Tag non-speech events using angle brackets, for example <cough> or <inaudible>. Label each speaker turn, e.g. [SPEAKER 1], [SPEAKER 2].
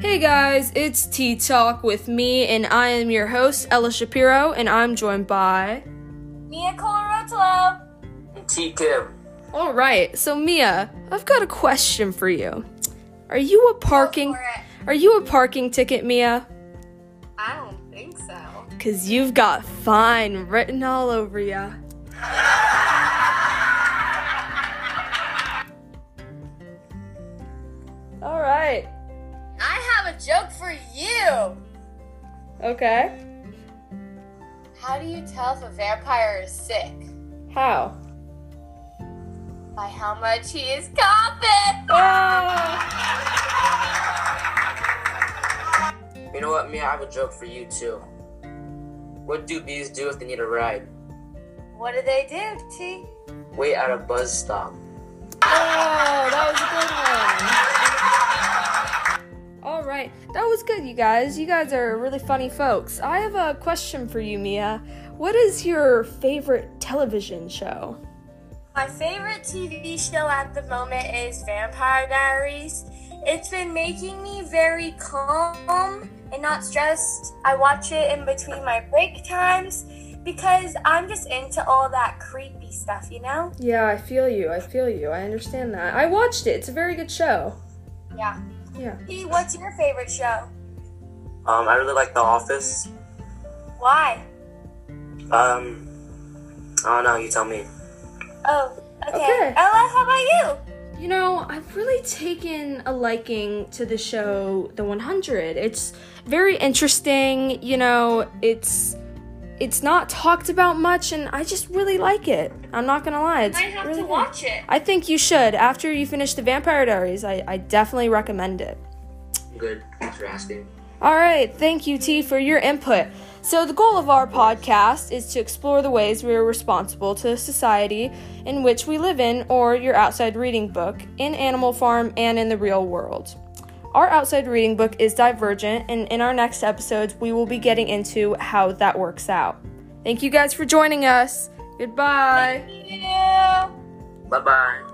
[SPEAKER 1] Hey guys, it's Tea Talk with me, and I am your host, Ella Shapiro, and I'm joined by.
[SPEAKER 2] Mia Colorotolo.
[SPEAKER 3] and T Kim.
[SPEAKER 1] Alright, so Mia, I've got a question for you. Are you a parking.
[SPEAKER 2] Go for it.
[SPEAKER 1] Are you a parking ticket, Mia?
[SPEAKER 2] I don't think so.
[SPEAKER 1] Cause you've got fine written all over
[SPEAKER 2] <laughs>
[SPEAKER 1] ya. Alright,
[SPEAKER 2] I have a joke for you.
[SPEAKER 1] okay.
[SPEAKER 2] How do you tell if a vampire is sick?
[SPEAKER 1] How?
[SPEAKER 2] By how much he is coughing. Ah.
[SPEAKER 3] You know what, Mia? I have a joke for you too. What do bees do if they need a ride?
[SPEAKER 2] What do they do, T?
[SPEAKER 3] Wait at a buzz stop.
[SPEAKER 1] Oh, that was a good one. All right, that was good, you guys. You guys are really funny folks. I have a question for you, Mia. What is your favorite television show?
[SPEAKER 2] My favorite TV show at the moment is Vampire Diaries. It's been making me very calm and not stressed. I watch it in between my break times because I'm just into all that creepy stuff, you know?
[SPEAKER 1] Yeah, I feel you. I feel you. I understand that. I watched it. It's a very good show.
[SPEAKER 2] Yeah.
[SPEAKER 1] Yeah.
[SPEAKER 2] T, what's your favorite show?
[SPEAKER 3] Um, I really like The Office.
[SPEAKER 2] Why?
[SPEAKER 3] Um, I don't know. You tell me.
[SPEAKER 2] Oh, okay.
[SPEAKER 1] Okay.
[SPEAKER 2] Ella, how about you?
[SPEAKER 1] You know, I've really taken a liking to the show The 100. It's very interesting, you know, it's it's not talked about much and I just really like it. I'm not going to lie. It's really good.
[SPEAKER 2] it.
[SPEAKER 1] I think you should after you finish The Vampire Diaries. I, I definitely recommend it.
[SPEAKER 3] Good. Thanks for asking.
[SPEAKER 1] All right, thank you, T, for your input. So, the goal of our podcast is to explore the ways we are responsible to the society in which we live in or your outside reading book in Animal Farm and in the real world. Our outside reading book is Divergent, and in our next episodes, we will be getting into how that works out. Thank you guys for joining us. Goodbye.
[SPEAKER 2] Yeah.
[SPEAKER 3] Bye bye.